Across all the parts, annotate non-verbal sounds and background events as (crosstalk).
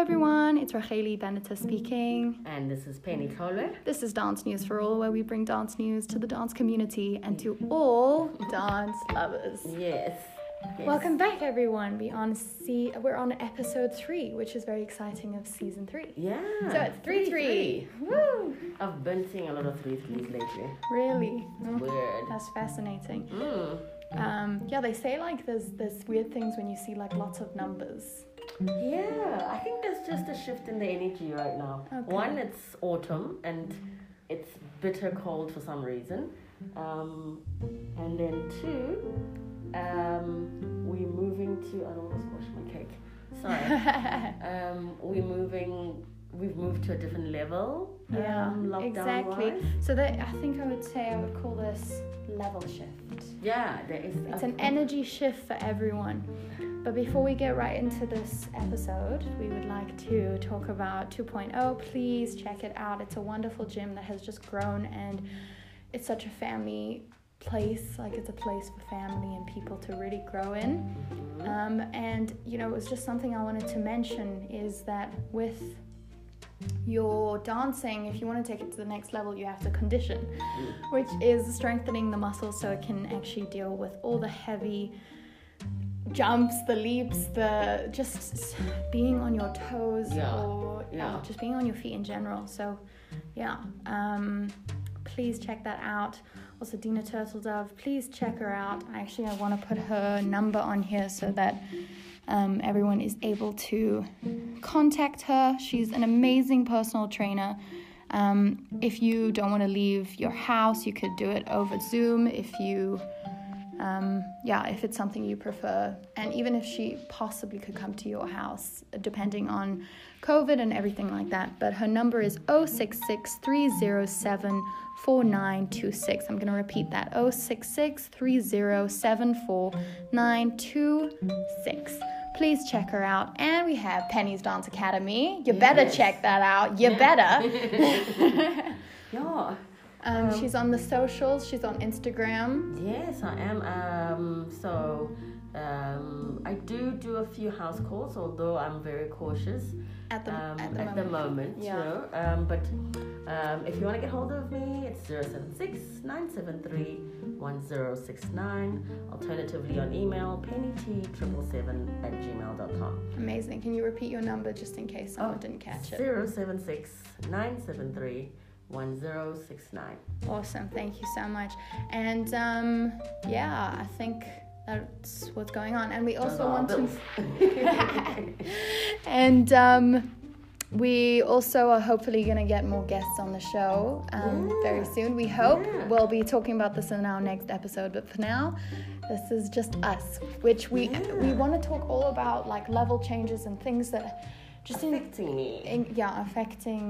It's Racheli Benita speaking. And this is Penny Colwell. This is Dance News for All, where we bring dance news to the dance community and to all dance lovers. Yes. yes. Welcome back, everyone. We on se- we're on episode three, which is very exciting of season three. Yeah. So it's three three. Woo! three. I've been seeing a lot of three threes lately. Really? It's weird. That's fascinating. Mm. Um, yeah, they say like there's there's weird things when you see like lots of numbers. (laughs) Yeah, I think there's just a shift in the energy right now. Okay. One, it's autumn and it's bitter cold for some reason. Um, and then two, um, we're moving to. I don't want to squash my cake. (laughs) Sorry. um, we're moving. We've moved to a different level. Yeah, um, lockdown exactly. wise. So that I think I would say I would call this level shift. Yeah, there is. It's a- an energy shift for everyone. But before we get right into this episode, we would like to talk about 2.0. Please check it out. It's a wonderful gym that has just grown and it's such a family place. Like, it's a place for family and people to really grow in. Um, and you know, it was just something I wanted to mention is that with your dancing, if you want to take it to the next level, you have to condition, which is strengthening the muscles so it can actually deal with all the heavy jumps, the leaps, the just being on your toes Yeah, or yeah. uh, just being on your feet in general. So, yeah, um, please check that out. Also, Dina Turtledove, please check her out. Actually, I want to put her number on here so that um, everyone is able to contact her. She's an amazing personal trainer. Um, if you don't want to leave your house, you could do it over Zoom. If you, um, yeah, if it's something you prefer, and even if she possibly could come to your house, depending on COVID and everything like that. But her number is 066 307 4926. I'm going to repeat that 066 307 4926. Please check her out. And we have Penny's Dance Academy. You better check that out. You (laughs) better. yeah. um, she's on the socials, she's on Instagram. Yes, I am. Um, so um, I do do a few house calls, although I'm very cautious At the, um, at the moment. moment, you Yeah. know. Um, but um, if you want to get hold of me, it's 076 973 1069. Alternatively, on email, pennyt777 at gmail.com. Amazing. Can you repeat your number just in case Oh. someone didn't catch it? 076 973 1069. Awesome. Thank you so much. And um, yeah, I think that's what's going on. And we also want to. (laughs) (laughs) and um, we also are hopefully going to get more guests on the show um, Yeah. very soon. We hope Yeah. we'll be talking about this in our next episode. But for now, this is just us, which we we want to talk all about like level changes and things that just in, Affecting me. in yeah affecting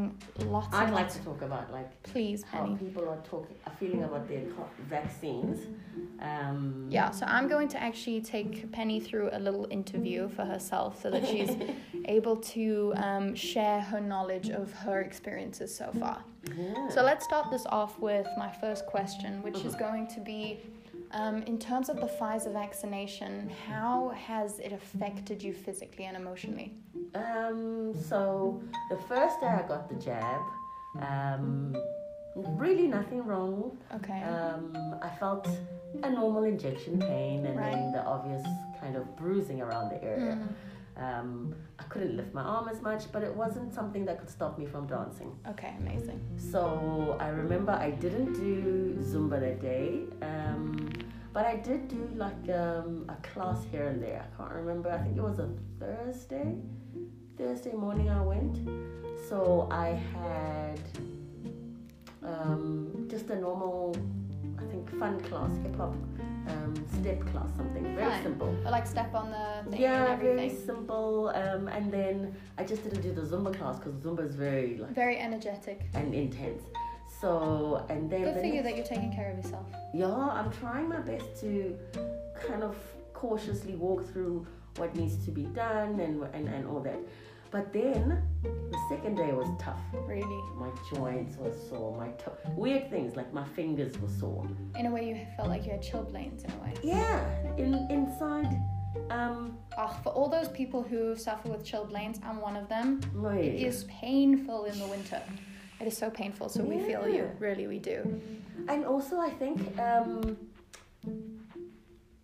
lots. I'd and like lots- to talk about like please, how Penny. people are talking, are feeling about their co- vaccines. Um, Yeah, so I'm going to actually take Penny through a little interview for herself so that she's able to um, share her knowledge of her experiences so far. yeah. So let's start this off with my first question, which is going to be um, in terms of the Pfizer vaccination, how has it affected you physically and emotionally? Um, so the first day I got the jab, um, really nothing wrong. Okay. Um, I felt a normal injection pain and then the obvious kind of bruising around the area. Mm. Um, I couldn't lift my arm as much, but it wasn't something that could stop me from dancing. Okay, amazing. So I remember I didn't do Zumba that day, um, but I did do like um, a class here and there. I can't remember. I think it was a Thursday. Thursday morning I went. So I had um, just a normal, I think, fun class, hip hop um, step class, something very Fun. simple. But like step on the thing and Yeah, very everything. simple. Um, and then I just didn't do the Zumba class because Zumba is very like Very energetic. and intense. So and then Good the for you next- that you're taking care of yourself. yeah, I'm trying my best to kind of cautiously walk through what needs to be done and and, and all that. But then the second day was tough. Really. My joints were sore. My to- weird things like my fingers were sore. In a way, you felt like you had chilblains in a way. Yeah, in inside um oh, for all those people who suffer with chilblains, I'm one of them. No, It yeah. is painful in the winter. It is so painful. So we feel you. Yeah. Really, we do. And also, I think um,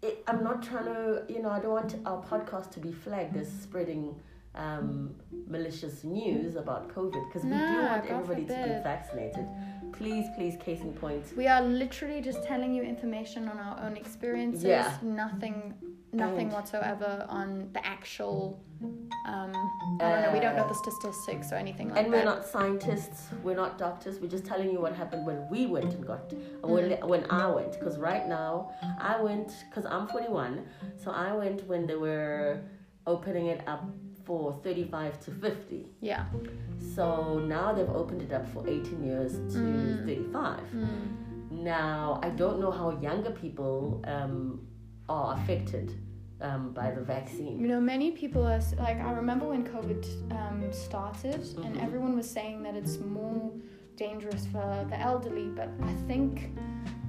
it, I'm not trying to, you know, I don't want our podcast to be flagged as spreading um, malicious news about COVID because we do No, want God everybody to be forbid. vaccinated. Please, please, case in point. We are literally just telling you information on our own experiences. Yeah. Nothing, nothing And- whatsoever on the actual. Um, I don't know. We don't know Uh, the statistics or anything like And that. we're not scientists, we're not doctors, we're just telling you what happened when we went and got, when, Mm. when I went. Because right now, I went, because I'm 41, so I went when they were opening it up for 35 to 50. yeah. So now they've opened it up for 18 years to Mm. 35. Mm. Now, I don't know how younger people um, are affected um, by the vaccine. You know, many people are s- like, I remember when COVID um, started, and Mhm. everyone was saying that it's more dangerous for the elderly, but I think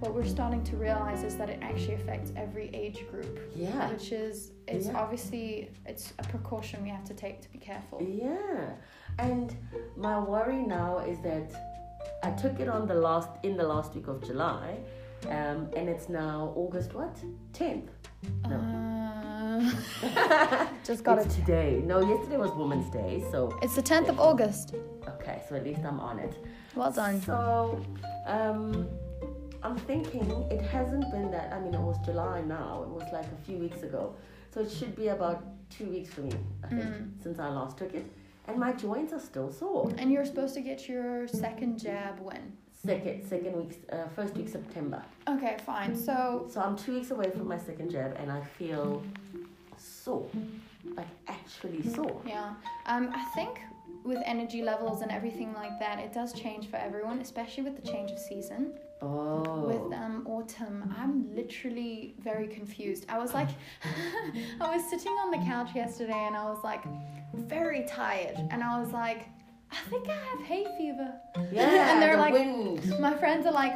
what we're starting to realize is that it actually affects every age group, Yeah. which is, it's Yeah. obviously, it's a precaution we have to take to be careful. Yeah. And my worry now is that I took it on the last in the last week of July, um, and it's now August what? 10th. No. (laughs) Uh, just got It's it. today. No, yesterday was Women's Day, so It's the 10th of August. okay, so at least I'm on it. Well done. So, um, I'm thinking it hasn't been that. I mean, it was July now. It was like a few weeks ago. So it should be about two weeks for me, I think, Mm. since I last took it. And my joints are still sore. And you're supposed to get your second jab when? Second, second week, uh, first week September. Okay, fine. So So I'm two weeks away from my second jab, and I feel sore, like actually sore. Yeah, um, I think with energy levels and everything like that, it does change for everyone, especially with the change of season. Oh. With um, autumn, I'm literally very confused. I was like, (laughs) I was sitting on the couch yesterday and I was like, very tired, and I was like, I think I have hay fever. Oh. (laughs) yeah, and they're the like- (laughs) wind. My friends are like,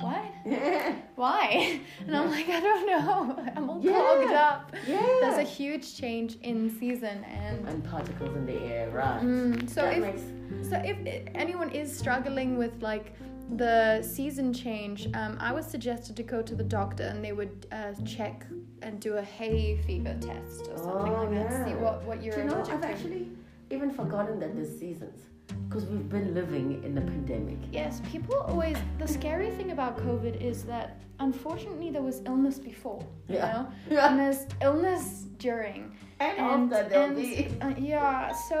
what? yeah. Why? (laughs) And I'm like, I don't know. (laughs) I'm all Yeah. clogged up. There's a yeah. huge change in season, and And particles in the air, right? Mm, so that if makes So if i- anyone is struggling with like the season change, um, I was suggested to go to the doctor and they would uh, check and do a hay fever test or something Oh, like that. to See yeah. what what you're Do you know, allergic I've to. actually even forgotten that there's seasons because we've been living in a pandemic. (laughs) Yes, people always. The scary thing about COVID is that unfortunately there was illness before, you Yeah. know, and there's illness during. and after there'll be. uh, yeah, so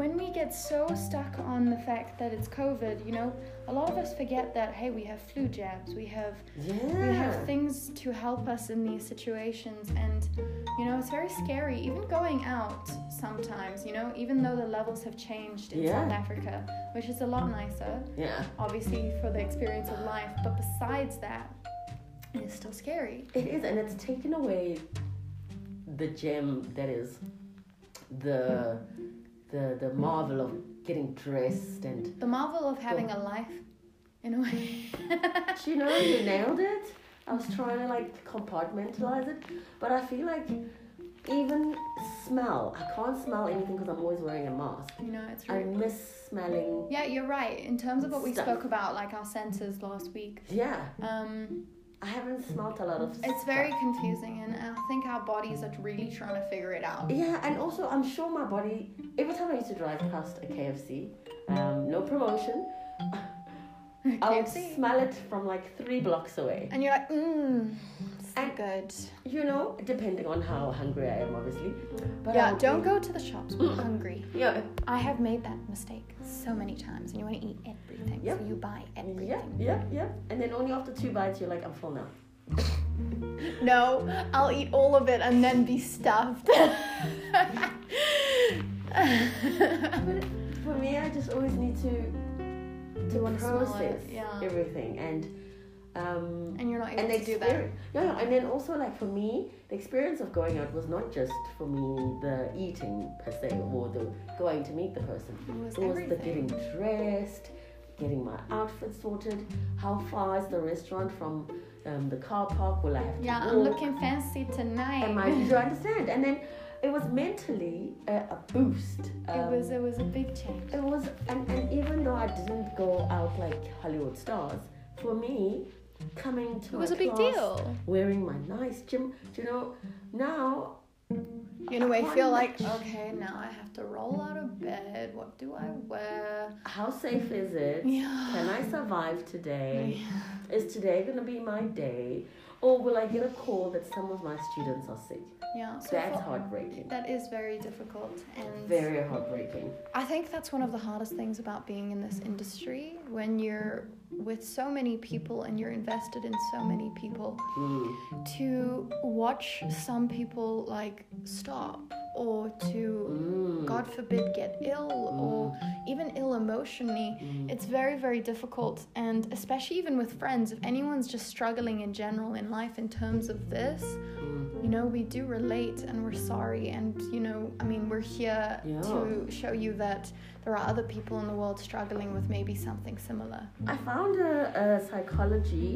when we get so stuck on the fact that it's COVID, you know, a lot of us forget that hey, we have flu jabs, we have we have Yeah. things to help us in these situations, and you know, it's very scary. Even going out sometimes, you know, even though the levels have changed in Yeah. South Africa, which is a lot nicer, Yeah. obviously for the experience of life, but besides that, it's still scary. It is, and it's taken away the gem that is the the the marvel of getting dressed and (laughs) The marvel of having a life, in a way. (laughs) Do you know you nailed it. I was trying to like compartmentalize it, but I feel like even smell. I can't smell anything because I'm always wearing a mask. You know, it's I really. miss smelling. Yeah, you're right. In terms of what we Stuff. spoke about, like our senses last week, Yeah, um, I haven't smelt a lot of. it's very confusing, and I think our bodies are really trying to figure it out. Yeah, and also I'm sure my body. Every time I used to drive past a KFC, um, no (laughs) promotion, I would KFC. smell it from like three blocks away. And you're like, mmm, so And- good. You know, depending on how hungry I am, obviously. But I Yeah, would don't be- go to the shops when Mm. you're hungry. Yeah, I have made that mistake so many times, and you want to eat everything, Yep. so you buy everything. yeah, yeah, yeah. And then only after two bites, you're like, I'm full now. No, I'll eat all of it and then be (laughs) stuffed. (laughs) But for me, I just always need to You to wanna smell it, process yeah. everything and. Um, and you're not able and to the do that. experience, yeah, yeah, and then also like for me, the experience of going out was not just for me the eating per se or the going to meet the person. It was It was the everything. getting dressed, getting my outfit sorted. How far is the restaurant from um, the car park? Will I have to Yeah, walk? I'm looking fancy Oh. Am (laughs) I, do tonight. you understand? And then it was mentally a, a boost. It Um, was it was a big change. it was, and, and even though I didn't go out like Hollywood stars, for me, coming to It was my a big class, deal. Wearing my nice gym, do you know, now You know, I Why feel not? like okay, now I have to roll out of bed. What do I wear? how safe is it? Yeah. Can I survive today? Is today gonna be my day? Or will I get a call that some of my students are sick? Yeah. So That's for, heartbreaking. that is very difficult and Very heartbreaking. I think that's one of the hardest things about being in this industry when you're with so many people and you're invested in so many people Mm. to watch some people like stop or to Mm. god forbid get ill or even ill emotionally Mm. it's very very difficult and especially even with friends if anyone's just struggling in general in life in terms of this Mm. you know we do relate and we're sorry and you know i mean we're here Yeah. to show you that there are other people in the world struggling with maybe something similar I found a, a psychology.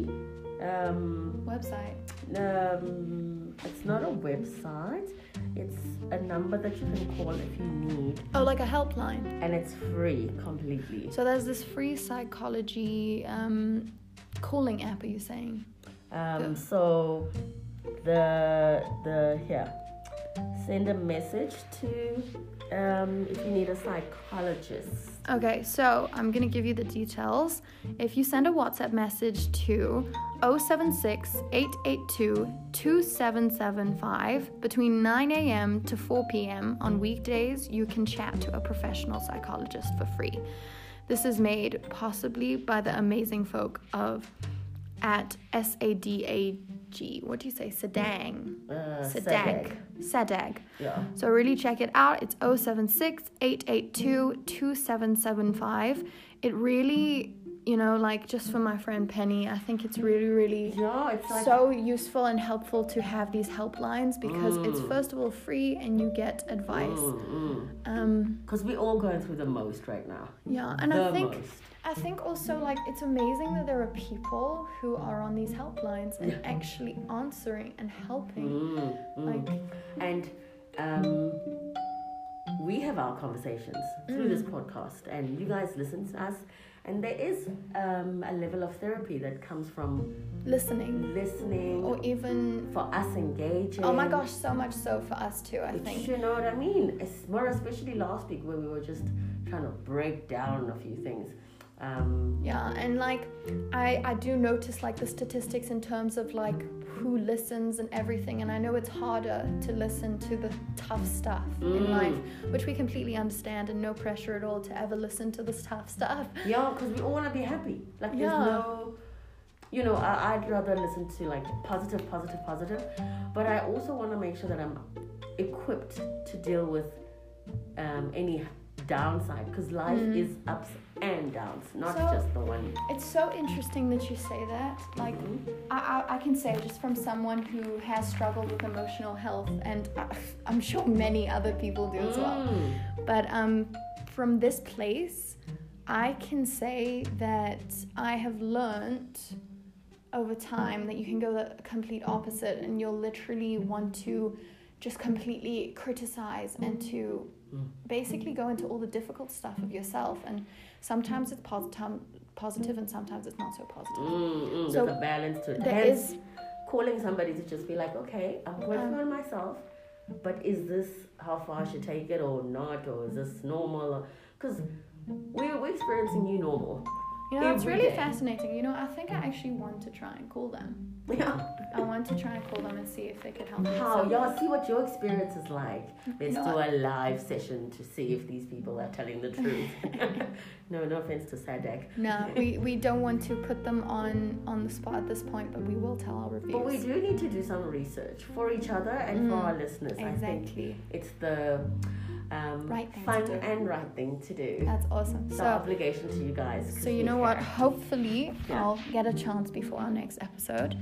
Um, website um, it's not a website. It's a number that you can call if you need, oh like a helpline and it's free completely. so there's this free psychology um calling app are you saying Um, so the the here, send a message to um, if you need a psychologist. Okay, so I'm going to give you the details. If you send a WhatsApp message to 076 882 2775 between 9 a.m. to 4 p.m. on weekdays, you can chat to a professional psychologist for free. This is made possibly by the amazing folk of at SADAG. What do you say? Sadang. Uh, Sadag. Sadag. Yeah. So really check it out. It's 076 882 2775. It really, you know, like just for my friend Penny, I think it's really, really Yeah, it's like so useful and helpful to have these helplines because it's Mm. first of all free and you get advice. Um, because we're all going through the most right now. yeah, and the I think most. I think also like it's amazing that there are people who are on these helplines and actually answering and helping. Mm, mm. Like and um, we have our conversations through this Mm. podcast, and you guys listen to us. And there is um, a level of therapy that comes from listening listening, or even for us engaging. Oh my gosh, so much so for us too, I It's- think. You know what I mean? It's more especially last week where we were just trying to break down a few things. Um, Yeah, and like I I do notice like the statistics in terms of like who listens and everything and I know it's harder to listen to the tough stuff in Mm. life, which we completely understand and no pressure at all to ever listen to this tough stuff. yeah, because we all want to be happy. Like there's Yeah. no, you know, I, I'd rather listen to like positive, positive, positive, but I also want to make sure that I'm equipped to deal with um, any downside because life is ups and downs, not Mm. So- just the one. Mm-hmm. It's so interesting that you say that. Like I, I, I can say just from someone who has struggled with emotional health and uh, I'm sure many other people do as well. Mm. But um, from this place, I can say that I have learned over time that you can go the complete opposite and you'll literally want to just completely criticize and to basically go into all the difficult stuff of yourself. And sometimes it's positive, positive and sometimes it's not so positive. Mm, mm, So there's a balance to it. There Hence, is, calling somebody to just be like, okay, I'm working Um, on myself, but is this how far I should take it or not, or is this normal? Because we're, we're experiencing new normal. you know, it's every really day. fascinating. You know, I think I actually want to try and call them. Yeah. I want to try and call them and see if they could help me. (laughs) How So- y'all see what your experience is like. Let's You do know a live session to see if these people are telling the truth. (laughs) (laughs) no, no offense to Sadek, No, we, we don't want to put them on on the spot at this point, but we will tell our reviews. but we do need to do some research for each other and for Mm, our listeners. I think Exactly. it's the um, Right thing to fun do. and right thing to do. That's awesome. So, So obligation to you guys. 'cause so you we know what? care. Hopefully Yeah. I'll get a chance before our next episode.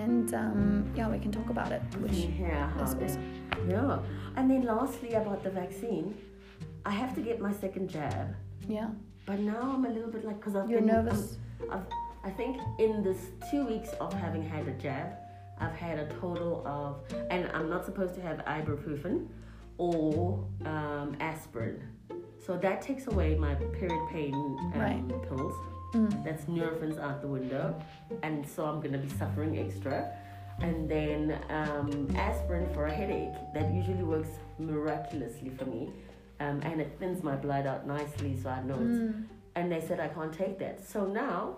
And um, yeah, we can talk about it. Which yeah, how is they- Mm. awesome. yeah. And then lastly about the vaccine, I have to get my second jab, Yeah. but now I'm a little bit like because I've You're been, nervous. I'm- I've I think in this two weeks of having had a jab, I've had a total of, and I'm not supposed to have ibuprofen or um, aspirin. So that takes away my period pain um, Right. pills. That's Nurofen out the window, and so I'm gonna be suffering extra. And then um, aspirin for a headache. That usually works miraculously for me, um, and it thins my blood out nicely, so I know it's and they said I can't take that. So now,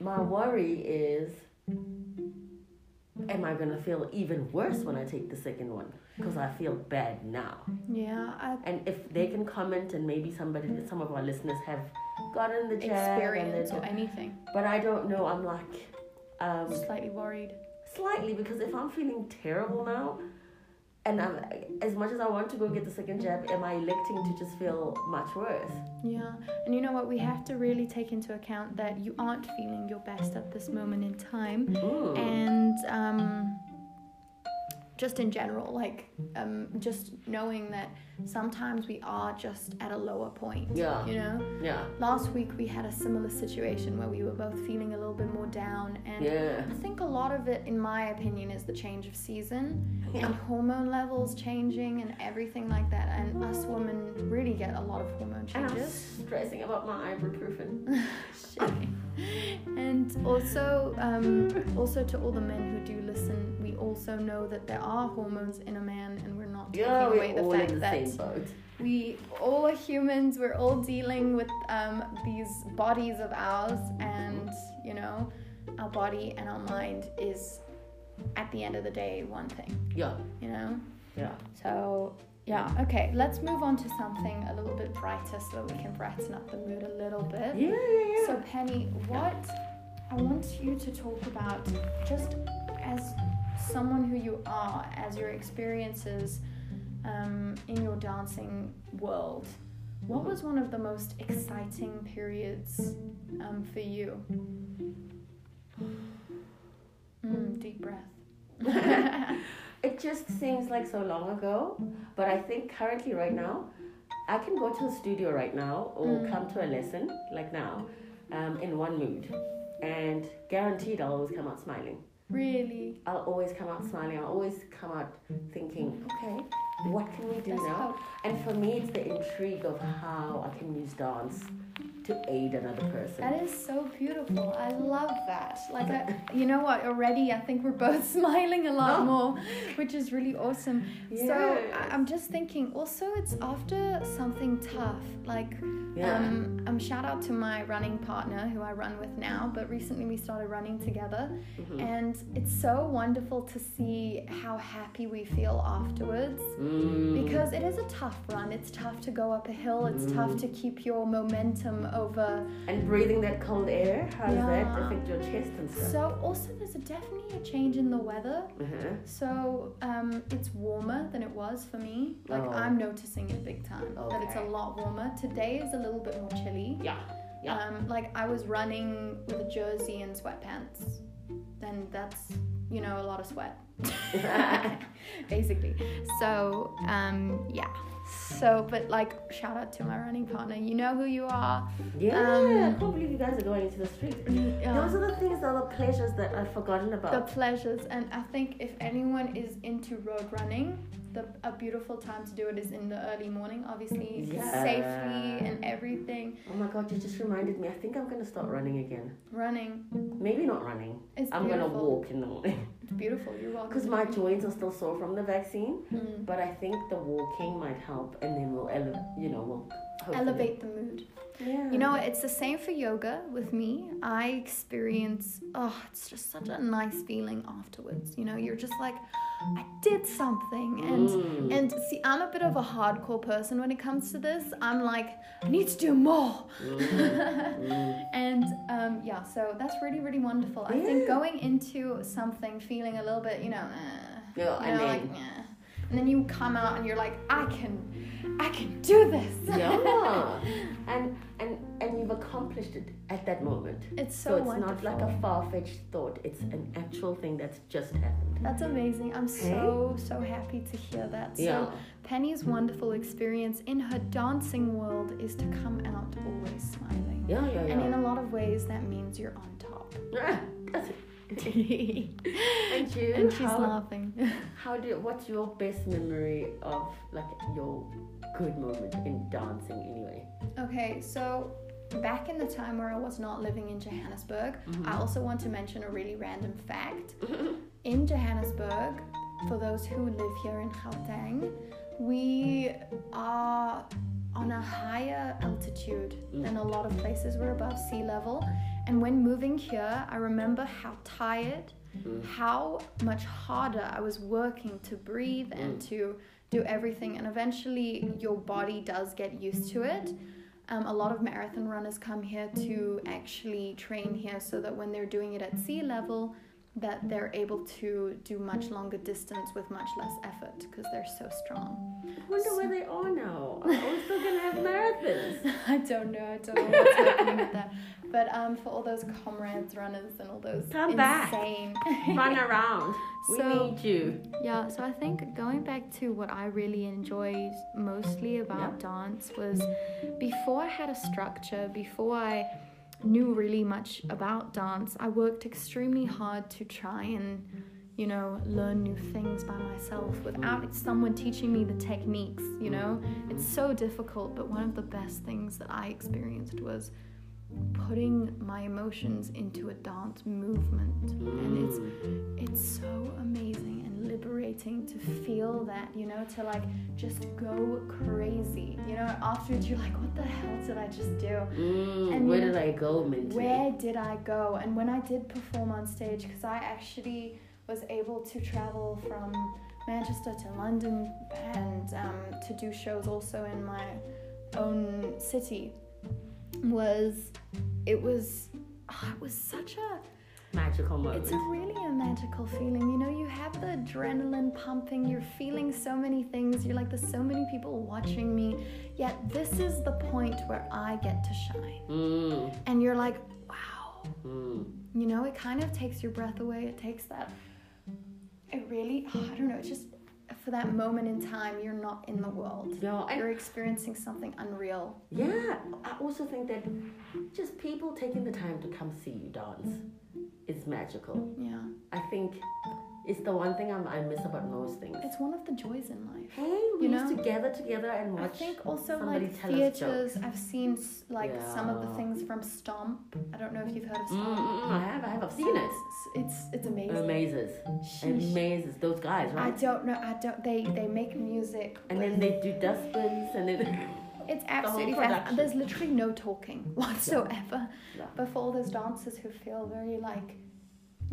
my worry is, am I gonna feel even worse when I take the second one? Because I feel bad now. Yeah, I And if they can comment, and maybe somebody, some of our listeners have gotten the jab, and experience they- or anything. but I don't know. I'm like, um, Slightly worried. slightly because if I'm feeling terrible now. And I'm, as much as I want to go get the second jab, am I electing to just feel much worse? Yeah, and you know what? We have to really take into account that you aren't feeling your best at this moment in time, Mm. and um, just in general, like um, just knowing that sometimes we are just at a lower point. Yeah. You know, yeah, last week we had a similar situation where we were both feeling a little bit more down, and yeah. I think a lot of it, in my opinion, is the change of season Yeah. and hormone levels changing and everything like that. And us women really get a lot of hormone And I'm changes. stressing about my ibuprofen. Shit. and also, um, also to all the men who do listen, we also know that there are hormones in a man, and we're not taking Yeah, away we're the all fact in the that same boat. we all are humans. We're all dealing with um, these bodies of ours, and you know, our body and our mind is, at the end of the day, one thing. Yeah, You know. yeah. So yeah, okay. Let's move on to something a little bit brighter, so that we can brighten up the mood a little bit. Yeah, yeah, yeah. So, Penny, what I want you to talk about, just as someone who you are, as your experiences um, in your dancing world, what was one of the most exciting periods um, for you? Mm, deep breath. (laughs) it just seems like so long ago, but I think currently, right now, I can go to the studio right now or Mm. come to a lesson, like now, um, in one mood. And guaranteed, I'll always come out smiling. really? I'll always come out smiling. I'll always come out thinking, okay, what can we do That's now? how- And for me, it's the intrigue of how I can use dance to aid another person. That is so beautiful. I love that. Like, (laughs) I, you know what? Already, I think we're both (laughs) smiling a lot No. more, which is really awesome. So I- Yes. I'm just thinking. Also, it's after something tough. Like, um, um, shout out to my running partner who I run with now. But recently we started running together, Mhm. and it's so wonderful to see how happy we feel afterwards Mm. because it is a tough run. It's tough to go up a hill. It's tough to keep your momentum over. And breathing that cold air, how does that Yeah. affect your chest and stuff? So also there's a definitely a change in the weather. uh-huh. So um, it's warmer than it was for me. Like Oh. I'm noticing it big time that it's a Okay. lot warmer. Today is a little bit more chilly. Yeah, yeah. Um, like I was running with a jersey and sweatpants, and that's you know a lot of (laughs) sweat, (laughs) basically. So um, yeah. So but like shout out to my running partner. You know who you are. Yeah, I Um, can't believe you guys are going into the street. Yeah. Those are the things, are the pleasures that I've forgotten the about. pleasures and i think if anyone is into road running the a beautiful time to do it is in the early morning obviously Yeah. safely and everything oh my god, you just reminded me. I think I'm gonna start running again. running Maybe not running. Mm-hmm. it's I'm beautiful gonna walk in the morning (laughs) it's beautiful you're welcome because my joints are still sore from the vaccine. Mm. But I think the walking might help, and then we'll elevate. You know, we'll hopefully- elevate the mood Yeah. you know it's the same for yoga with me i experience oh it's just such a nice feeling afterwards you know you're just like i did something and Mm. And see, I'm a bit of a hardcore person when it comes to this. I'm like, I need to do more. Mm. (laughs) and um, yeah, so that's really, really wonderful. I think Yeah. going into something feeling a little bit, you know, eh, Yeah, you and know, then- like, eh. and then you come out and you're like, I can, I can do this. (laughs) yeah and and and you've accomplished it at that moment. (laughs) It's so, So, it's wonderful. not like a far fetched thought, it's an actual thing that's just happened. That's amazing. I'm so, so happy to hear that. So, yeah. Penny's wonderful experience in her dancing world is to come out always smiling. Yeah, yeah, And in yeah. a lot of ways, that means you're on (laughs) top. Ah, that's it. and And you, she's how, laughing. (laughs) how do what's your best memory of like your good moment in dancing anyway? Okay, so back in the time where I was not living in Johannesburg, I also want to mention a really random fact. in Johannesburg, for those who live here in Gauteng, we are on a higher altitude than a lot of places. We're above sea level. And when moving here, I remember how tired, how much harder I was working to breathe and to do everything. And eventually, your body does get used to it. Um, a lot of marathon runners come here to actually train here so that when they're doing it at sea level, that they're able to do much longer distance with much less effort because they're so strong. (laughs) I wonder where they are now. Are we still gonna have marathons? (laughs) I don't know. I don't know what's happening with that. But um, for all those comrades runners and all those Come back. insane. Run around. We So- need you. Yeah, so I think going back to what I really enjoy mostly about dance was before I had a structure, before I knew really much about dance, I worked extremely hard to try and, you know, learn new things by myself without someone teaching me the techniques, you know? It's so difficult, but one of the best things that I experienced was putting my emotions into a dance movement. Mm. And it's it's so amazing and liberating to feel that, you know, to like just go crazy. You know, afterwards you're like, what the hell did I just do? Mm, and where you- did I go mentally? Where did I go? And when I did perform on stage, because I actually was able to travel from Manchester to London and um, to do shows also in my own city, was it was oh, it was such a Magical moment. it's a really a magical feeling. You know, you have the adrenaline pumping, you're feeling so many things, you're like, there's so many people watching me, yet this is the point where I get to shine. Mm, And you're like, wow. mm. You know, it kind of takes your breath away, it takes that, it really, (sighs) oh, I don't know, it's just for that moment in time, you're not in the world. Yeah, and You're experiencing something unreal. Yeah, I also think that just people taking the time to come see you dance is magical. Yeah. I think it's the one thing I'm, I miss about most things. It's one of the joys in life. Hey, we You used to gather together and I watch. think also somebody like tell us theaters. I've seen s- like some of the Yeah. things from Stomp. I don't know if you've heard of Mm, Stomp. mm, mm, I have, I have, I've seen it. It's it's, it's amazing. Amazes, Sheesh. amazes those guys, I right? don't know. I don't. They they make music. And with- then they do dustbins, and then (laughs) it's absolutely production. fast. There's literally no talking (laughs) whatsoever. Yeah. But for all those dancers who feel very like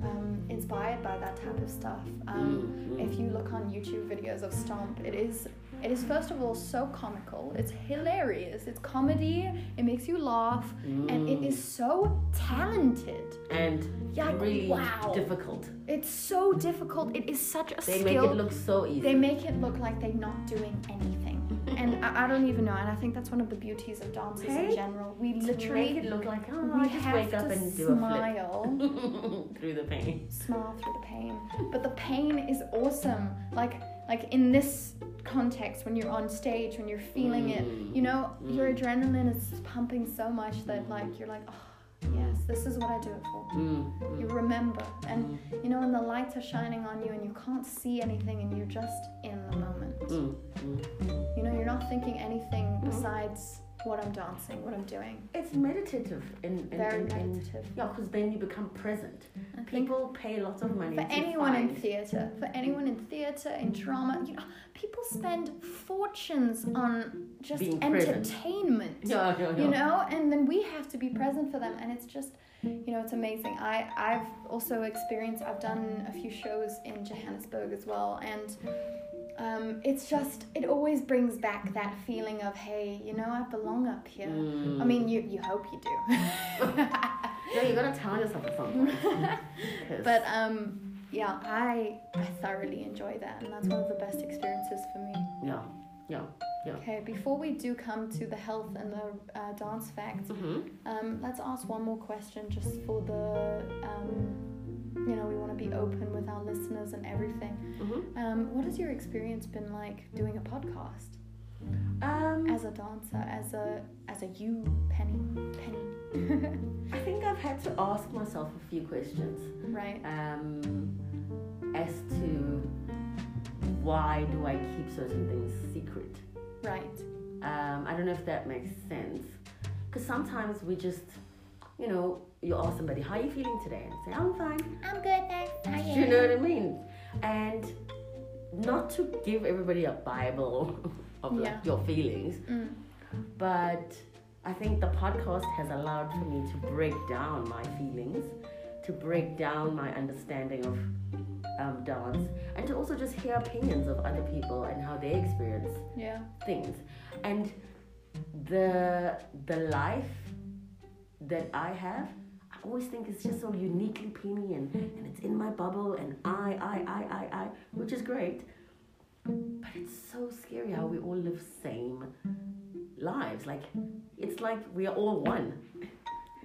um, inspired by that type of stuff. Um, Mm, mm. If you look on YouTube videos of Stomp, it is it is first of all so comical. It's hilarious. It's comedy. It makes you laugh, and it is so talented. and Yeah, like, really wow. difficult. It's so difficult. It is such a They skill. make it look so easy. they make it look like they're not doing anything, (laughs) and I, I don't even know. And I think that's one of the beauties of dances in Hey, general. We To literally make it look like oh, we I just have wake to up and do a flip. smile. (laughs) through the pain. smile through the pain but the pain is awesome like like in this context when you're on stage when you're feeling it Mm. you know your adrenaline is just pumping so much that like you're like oh yes this is what i do it for Mm, you remember and you know when the lights are shining on you and you can't see anything and you're just in the moment Mm. you know you're not thinking anything besides what i'm dancing what i'm doing It's meditative and, and, very and, and meditative yeah, because then you become present. I think- People pay lots of money For to anyone in find- theatre, for anyone in theatre, in drama, you know, people spend fortunes on just Being present. entertainment. yeah, yeah, yeah. You know, and then we have to be present for them, and it's just, you know, it's amazing. I I've also experienced. I've done a few shows in Johannesburg as well, and um, it's just it always brings back that feeling of hey, you know, I belong up here. Mm. I mean, you you hope you do. no, you gotta tell yourself at some point. (laughs) (laughs) 'Cause- But um, yeah, I I thoroughly enjoy that, and that's one of the best experiences for me. yeah, yeah. Yeah. Okay, before we do come to the health and the uh, dance facts, Mm-hmm. um, let's ask one more question just for the, um, you know, we want to be open with our listeners and everything. Mm-hmm. Um, what has your experience been like doing a podcast Um, as a dancer, as a as a you, Penny, Penny, (laughs) I think I've had to ask myself a few questions right? um, as to why do I keep certain things secret. Right. Um, I don't know if that makes sense. Because sometimes we just, you know, you ask somebody, how are you feeling today? And say, I'm fine. I'm good, thanks. How Do you know what I mean? And not to give everybody a Bible (laughs) of like, Yeah. your feelings, Mm, but I think the podcast has allowed for me to break down my feelings, to break down my understanding of um, dance, and to also just hear opinions of other people and how they experience yeah. things and the the life that i have i always think it's just so uniquely penny and, and it's in my bubble and i i i i i which is great but it's so scary how we all live same lives like it's like we are all one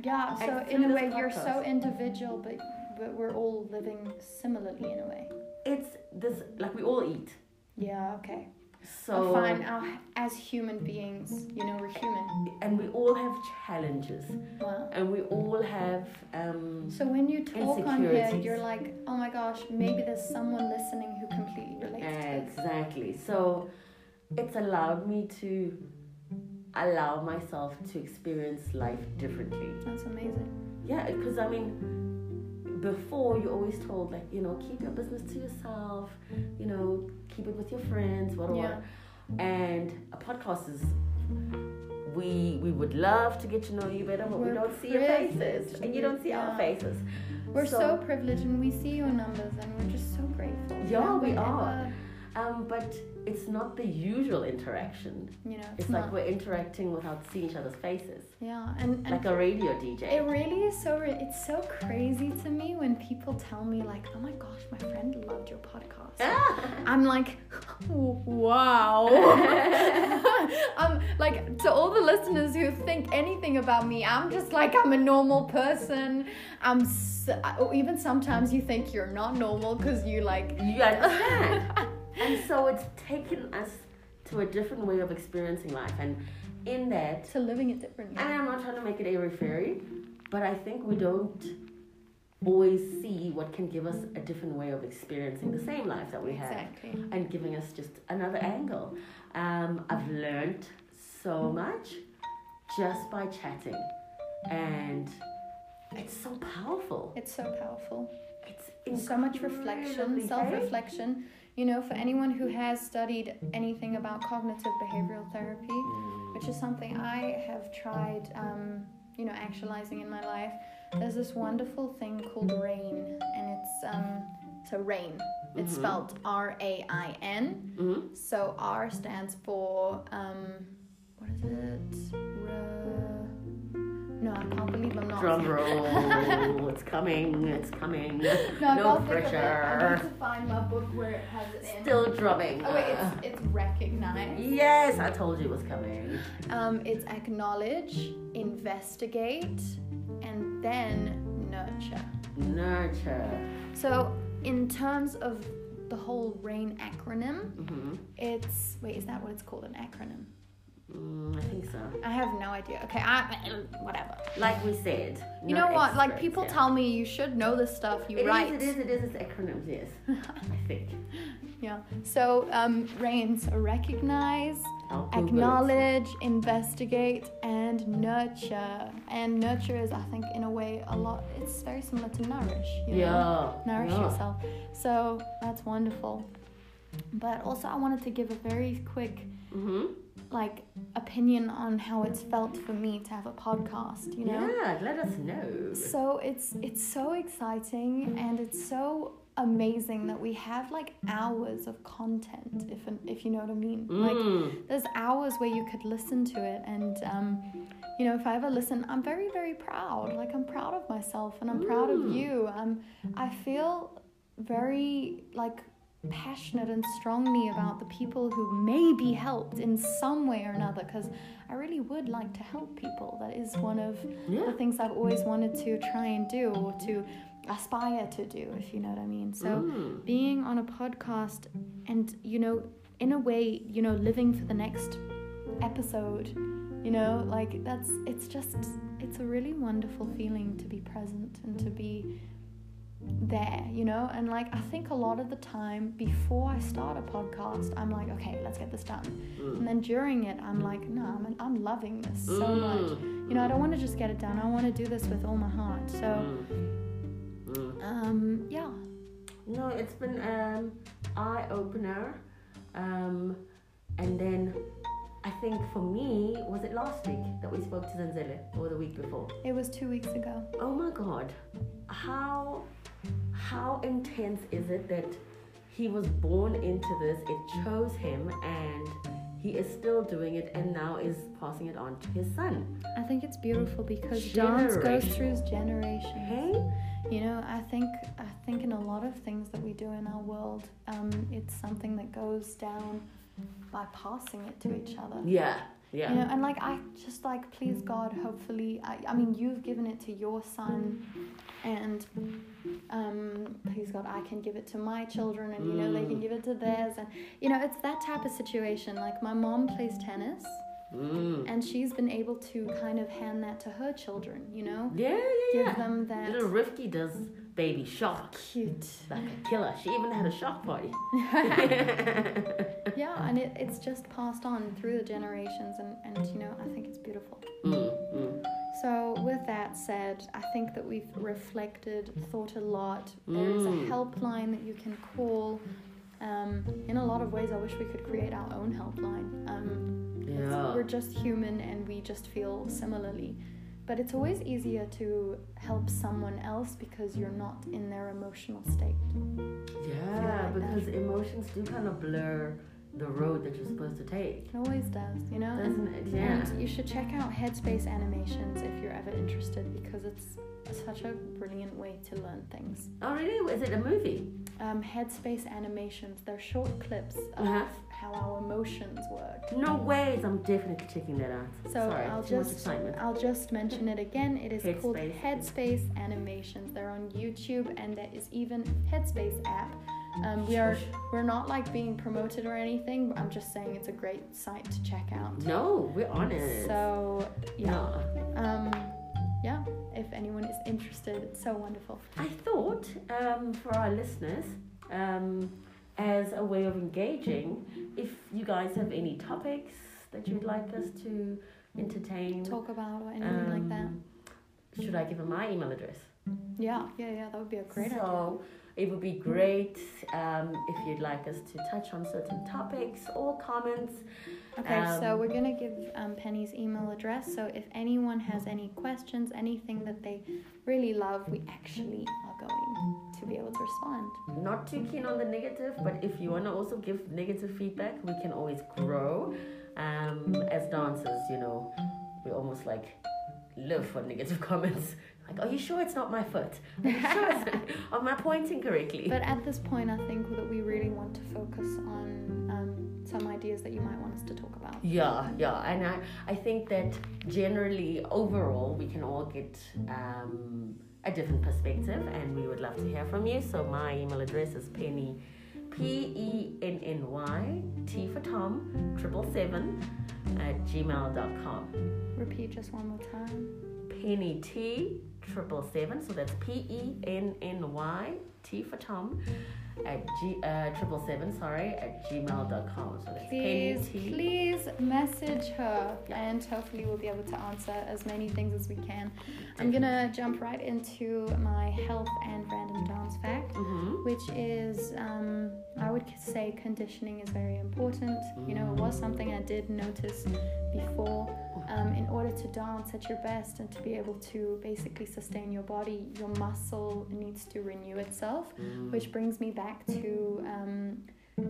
Yeah, And so through in a this way, you're so podcast- individual, but but we're all living similarly in a way. it's this like we all eat Yeah. Okay. so I find our, as human beings, you know, we're human. and we all have challenges Wow. and we all have um So when you talk on here, Insecurities. you're like, oh my gosh, maybe there's someone listening who completely relates to this. Exactly. So it's allowed me to allow myself to experience life differently. That's amazing. Yeah, because I mean, before you're always told, like, you know, keep your business to yourself, you know, keep it with your friends, what Yeah. what. And a podcast is. We, we would love to get to know you better, but we We're don't see your faces, privileged. and you don't see our Yeah. faces. We're so, So- privileged, and we see your numbers, and we're just so grateful. Yeah, that we are. ever- Um, but it's not the usual interaction. you know, It's not. like we're interacting without seeing each other's faces, yeah, and, and like a radio DJ. (laughs) It really is so. Re- it's so crazy to me when people tell me like, "Oh my gosh, my friend loved your podcast." I'm like, (laughs) (laughs) wow. um, like to all the listeners who think anything about me, I'm just like I'm a normal person. I'm. S- or even sometimes you think you're not normal because you like. you understand? and so it's taken us to a different way of experiencing life, and in that, (laughs) to living it differently. and I'm not trying to make it airy fairy, but I think we don't always see what can give us a different way of experiencing the same life that we have. Exactly. and giving us just another angle. Um, I've learned so much just by chatting, and it's so powerful. It's so powerful. It's so much incredibly- reflection, hey? self reflection. You know, for anyone who has studied anything about cognitive behavioral therapy, which is something I have tried, um, you know, actualizing in my life, there's this wonderful thing called RAIN, and it's um, so RAIN. It's Mhm. spelled R A I N. Mhm. So R stands for um, what is it? Re- no, I can't believe I'm not. Drum (laughs) roll! it's coming! It's coming! No, I No can't think of it. I pressure. need to find my book where it has it in. Still drumming. Oh wait, it's it's recognize. yes, I told you it was coming. Um, it's acknowledge, investigate, and then nurture. Nurture. So in terms of the whole RAIN acronym, hmm it's wait, is that what it's called? An acronym? Mm, I think so. I have no idea. Okay, I whatever. Like we said. You no know what? Like experts, people yeah. tell me you should know this stuff. You It is, write. it is, it is, it's acronyms, yes. (laughs) I think. yeah. So um, RAIN. So recognize, I'll Google it. acknowledge, investigate, and nurture. And nurture is, I think, in a way, a lot. It's very similar to nourish. You Know? Yeah. Nourish yeah. yourself. So that's wonderful. But also, I wanted to give a very quick, Mm-hmm. like, opinion on how it's felt for me to have a podcast. You know. Yeah, let us know. So it's it's so exciting and it's so amazing that we have like hours of content if if you know what I mean. Like Mm. there's hours where you could listen to it and um, you know if i ever listen i'm very very proud like i'm proud of myself and i'm proud of Mm. you um, i feel very like passionate and strongly about the people who may be helped in some way or another because I really would like to help people. That is one of the Yeah. things I've always wanted to try and do or to aspire to do, if you know what I mean. So Mm. being on a podcast and you know in a way you know living for the next episode you know like that's it's just it's a really wonderful feeling to be present and to be there you know and like i think a lot of the time before i start a podcast i'm like okay let's get this done and then during it i'm like no i'm, I'm loving this so Mm. much you know i don't want to just get it done i want to do this with all my heart Mm. so um yeah No, it's been an eye opener. Um, and then I think for me, was it last week that we spoke to Zanzele or the week before? it was two weeks ago Oh my god. How how intense is it that he was born into this, it chose him and he is still doing it and now is passing it on to his son. I think it's beautiful because dance goes through generations. Hey? You know, I think I think in a lot of things that we do in our world, um, it's something that goes down by passing it to each other. Yeah. You know, Yeah. and like I just like please God, hopefully I, I mean you've given it to your son and um please God I can give it to my children and you know they can Mm. give it to theirs and you know it's that type of situation. Like my mom plays tennis Mm. and she's been able to kind of hand that to her children, you know? Yeah, yeah, Give yeah. them that Little Rifki does baby shark. cute. Like a killer. She even had a shark party. Mm, yeah, and it, it's just passed on through the generations, and, and you know, I think it's beautiful. Mm, mm. So, with that said, I think that we've reflected, thought a lot. There is a Mm. helpline that you can call. Um, in a lot of ways, I wish we could create our own helpline. Um, It's- Yeah. We're just human and we just feel similarly. But it's always easier to help someone else because you're not in their emotional state. Yeah, because emotions do kind of blur the road that you're supposed to take. It always does, you know? And, Doesn't it? Yeah. Uh-huh. and you should check out Headspace Animations if you're ever interested because it's such a brilliant way to learn things. Oh, really? Is it a movie? Um, Headspace Animations, they're short clips of Uh-huh. how our emotions work. No ways. I'm definitely checking that out. So Sorry, I'll too just- much excitement. I'll just mention it again. It is called Headspace. Headspace Animations. They're on YouTube, and there is even Headspace app. Um, we are we're not like being promoted or anything. But I'm just saying it's a great site to check out. No, we're honest. So yeah, No. um, yeah. If anyone is interested, it's so wonderful. I thought um, for our listeners, um, as a way of engaging, if you guys have any topics that you'd like us to entertain, Talk about or anything like that. um, Should I give them my email address? Yeah, yeah, yeah. That would be a great idea. So it would be great um, if you'd like us to touch on certain topics or comments. Okay, so Um, we're gonna give um, Penny's email address. So if anyone has any questions, anything that they really love, we actually are going to be able to respond. Not too keen on the negative, but if you want to also give negative feedback, we can always grow. Um, as dancers, you know, we almost like live for negative (laughs) comments. Like, are you sure it's not my foot? Are you sure it's, am I pointing correctly? But at this point, I think that we really want to focus on um, some ideas that you might want us to talk about. Yeah, yeah, and I, I think that generally, overall, we can all get um, a different perspective, and we would love to hear from you. So my email address is Penny, P E N N Y T for Tom, triple seven at gmail.com. Repeat just one more time. Penny T triple seven, so that's P E N N Y T for Tom at g uh, triple seven, sorry, at gmail.com. So that's Penny Please, T. please message her, Yeah. and hopefully we'll be able to answer as many things as we can. I'm gonna jump right into my health and random dance fact. Mm-hmm. which is um, I would say conditioning is very important. You know, it was something I did notice before. Um, in order to dance at your best and to be able to basically sustain your body, your muscle needs to renew itself, which brings me back to um,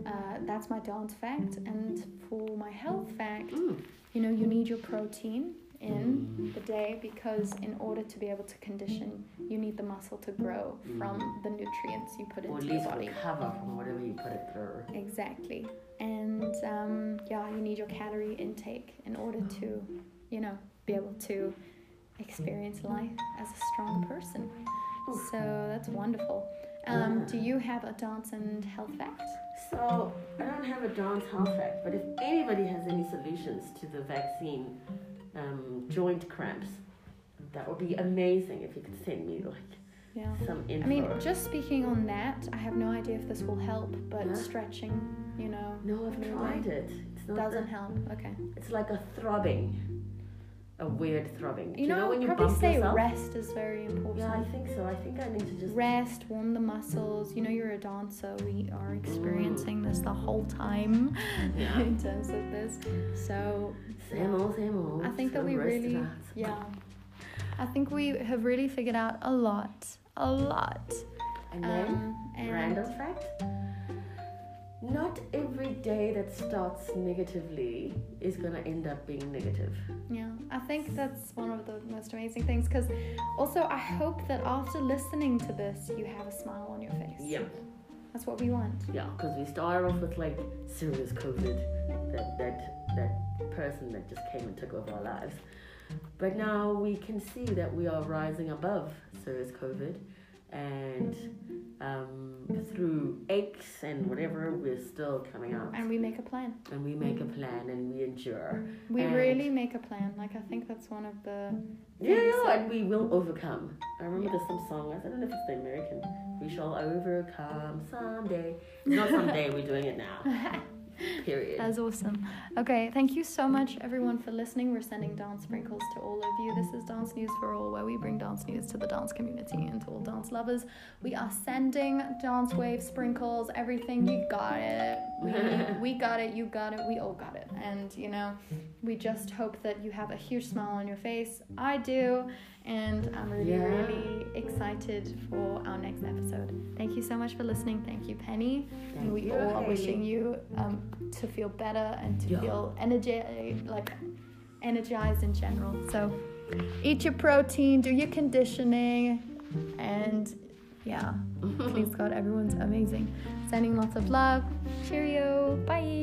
uh, that's my dance fact. And for my health fact, Mm. you know, you need your protein. in the day because in order to be able to condition, you need the muscle to grow from the nutrients you put or at into your least body. recover from whatever you put it through. Exactly. And um, yeah, you need your calorie intake in order to, you know, be able to experience life as a strong person. So that's wonderful. Um, do you have a dance and health fact? So I don't have a dance health fact, but if anybody has any solutions to the vaccine um, joint cramps, that would be amazing if you could send me like Yeah. some info. I mean, just speaking on that, I have no idea if this will help, but Huh? stretching, you know, no, I've moving tried it. It's not. doesn't a- help. Okay. it's like a throbbing, a weird throbbing. Do You know, I when would you probably bump say yourself? rest is very important. Yeah, I think so. I think I need to just. Rest, warm the muscles. You know, you're a dancer. We are experiencing this the whole time (laughs) (laughs) Yeah. in terms of this. So, Same old, same old. I think that so we rest really- about. yeah. I think we have really figured out a lot. A lot. And then. Um, and Random fact. Not every day that starts negatively is going to end up being negative. Yeah, I think that's one of the most amazing things because also I hope that after listening to this, you have a smile on your face. Yeah. That's what we want. Yeah, because we started off with like serious COVID, that, that, that person that just came and took over our lives. But now we can see that we are rising above serious COVID and um, through aches and whatever, we're still coming out And we make a plan. and we make a plan and we endure. We And- really make a plan. Like, I think that's one of the. Yeah, Yes. yeah, and we will overcome. I remember there's some song, I don't know if it's the American. We shall overcome someday. Not someday, we're doing it now. (laughs) Period. That's awesome. Okay, thank you so much, everyone, for listening. We're sending dance sprinkles to all of you. This is Dance News for All, where we bring dance news to the dance community and to all dance lovers. We are sending dance wave sprinkles, everything. You got it. (laughs) We, we got it. You got it. We all got it. And, you know, we just hope that you have a huge smile on your face. I do. And I'm really, Yeah. really excited for our next episode. Thank you so much for listening. Thank you, Penny. And Thank we you, all are Hayley. (laughs) wishing you um, to feel better and to Yeah. feel energy like energized in general. So eat your protein, do your conditioning, and yeah, please God, everyone's amazing. Sending lots of love. Cheerio. Bye.